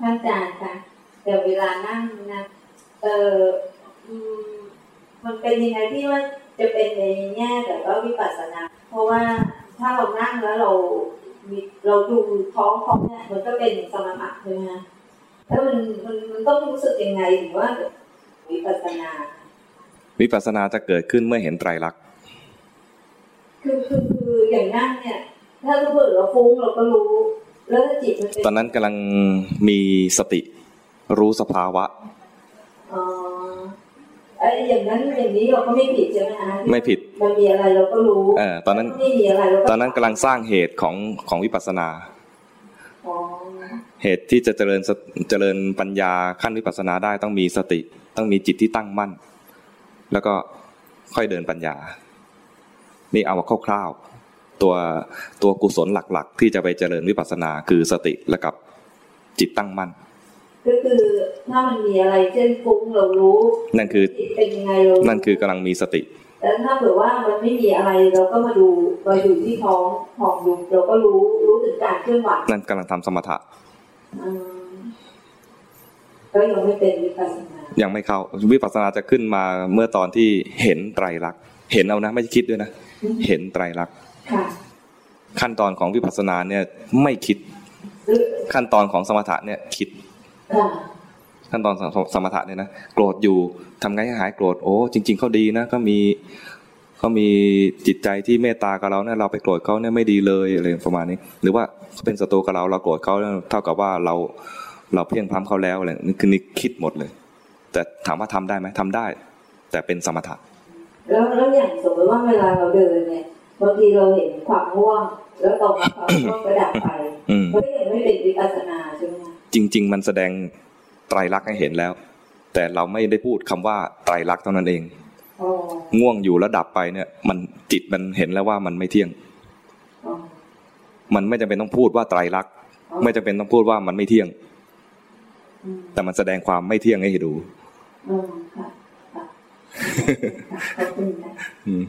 ท่านอาจารย์คะเดี๋ยวเวลานั่งนะ เอออืมมันเป็นยังไงที่ว่าจะเป็นในแง่แต่ก็วิปัสสนา เพราะว่าถ้าเรานั่งแล้วเรามีเราดูท้องของเนี่ยมันก็เป็นสมถะใช่ไหมคะแล้วมันมันมันต้องรู้สึกยังไงถึงว่าวิปัสสนา วิปัสสนาจะเกิดขึ้นเมื่อเห็นไตรลักษณ์ คือคือคืออย่างนั่งเนี่ย ถ้าเราเผื่อเราฟุ้งเราก็รู้ แล้วถ้าจิตมันเป็น ตอนนั้นกำลังมีสติรู้สภาวะ อ๋อไอ้อย่างนั้นอย่างนี้เราก็ไม่ผิดใช่ไหมคะ ไม่ผิด มันมีอะไรเราก็รู้ เออตอนนั้น ไม่มีอะไรเราก็ ตอนนั้นกำลังสร้างเหตุของของวิปัสสนา อ๋อ เหตุที่จะเจริญสเจริญปัญญาขั้นวิปัสสนาได้ต้องมีสติ ต้องมีจิตที่ตั้งมั่น แล้วก็ค่อยเดินปัญญา นี่เอามาคร่าวๆตัวตัวกุศลหลักๆ ที่จะไปเจริญวิปัสสนาคือสติและกับจิตตั้งมั่น ก็คือถ้ามันมีอะไรเช่นฟุ้งเรารู้ นั่นคือ จิตเป็นยังไงเรารู้ นั่นคือกำลังมีสติ แล้วถ้าเผื่อว่ามันไม่มีอะไรเราก็มาดูเราอยู่ที่ท้องของดูเราก็รู้รู้ถึงการเคลื่อนไหว นั่นกำลังทำสมถะ อืมก็ยังไม่เป็นวิปัสสนา ยังไม่เข้าวิปัสสนาจะขึ้นมาเมื่อตอนที่เห็นไตรลักษณ์เห็นเอานะไม่ใช่คิดด้วยนะเห็นไตรลักษณ์ ค่ะ ขั้นตอนของวิปัสสนาเนี่ยไม่คิด หรือ ขั้นตอนของสมถะเนี่ยคิด ค่ะ ขั้นตอนสมสมถะเนี่ยนะโกรธอยู่ทำไงให้หายโกรธโอ้จริง ๆเขาดีนะก็มีเขามีจิตใจที่เมตตากับเราเนี่ยเราไปโกรธเขาเนี่ยไม่ดีเลยอะไรประมาณนี้ หรือว่าเขาเป็นศัตรูกับเราเราโกรธเขาเนี่ยเท่ากับว่าเราเราเพียงพล้ำเขาแล้วอะไรนี่คือนี่คิดหมดเลย แต่ถามว่าทำได้ไหมทำได้ แต่เป็นสมถะ แล้วแล้วอย่างสมมติว่าเวลาเราเดินเนี่ยบางทีเราเห็นความง่วง แล้วตรงกับความง่วงก็ดับไป อืม มันก็ยังไม่เป็นวิปัสสนาใช่ไหมคะ จริง ๆ มันแสดงไตรลักษณ์ให้เห็นแล้ว แต่เราไม่ได้พูดคำว่าไตรลักษณ์เท่านั้นเอง อ๋อ ง่วงอยู่แล้วดับไปเนี่ย มันจิตมันเห็นแล้วว่ามันไม่เที่ยง อ๋อ มันไม่จำเป็นต้องพูดว่าไตรลักษณ์ อ๋อ ไม่จำเป็นต้องพูดว่ามันไม่เที่ยง อืม แต่มันแสดงความไม่เที่ยงให้ดู อืมค่ะค่ะขอบคุณนะ อืม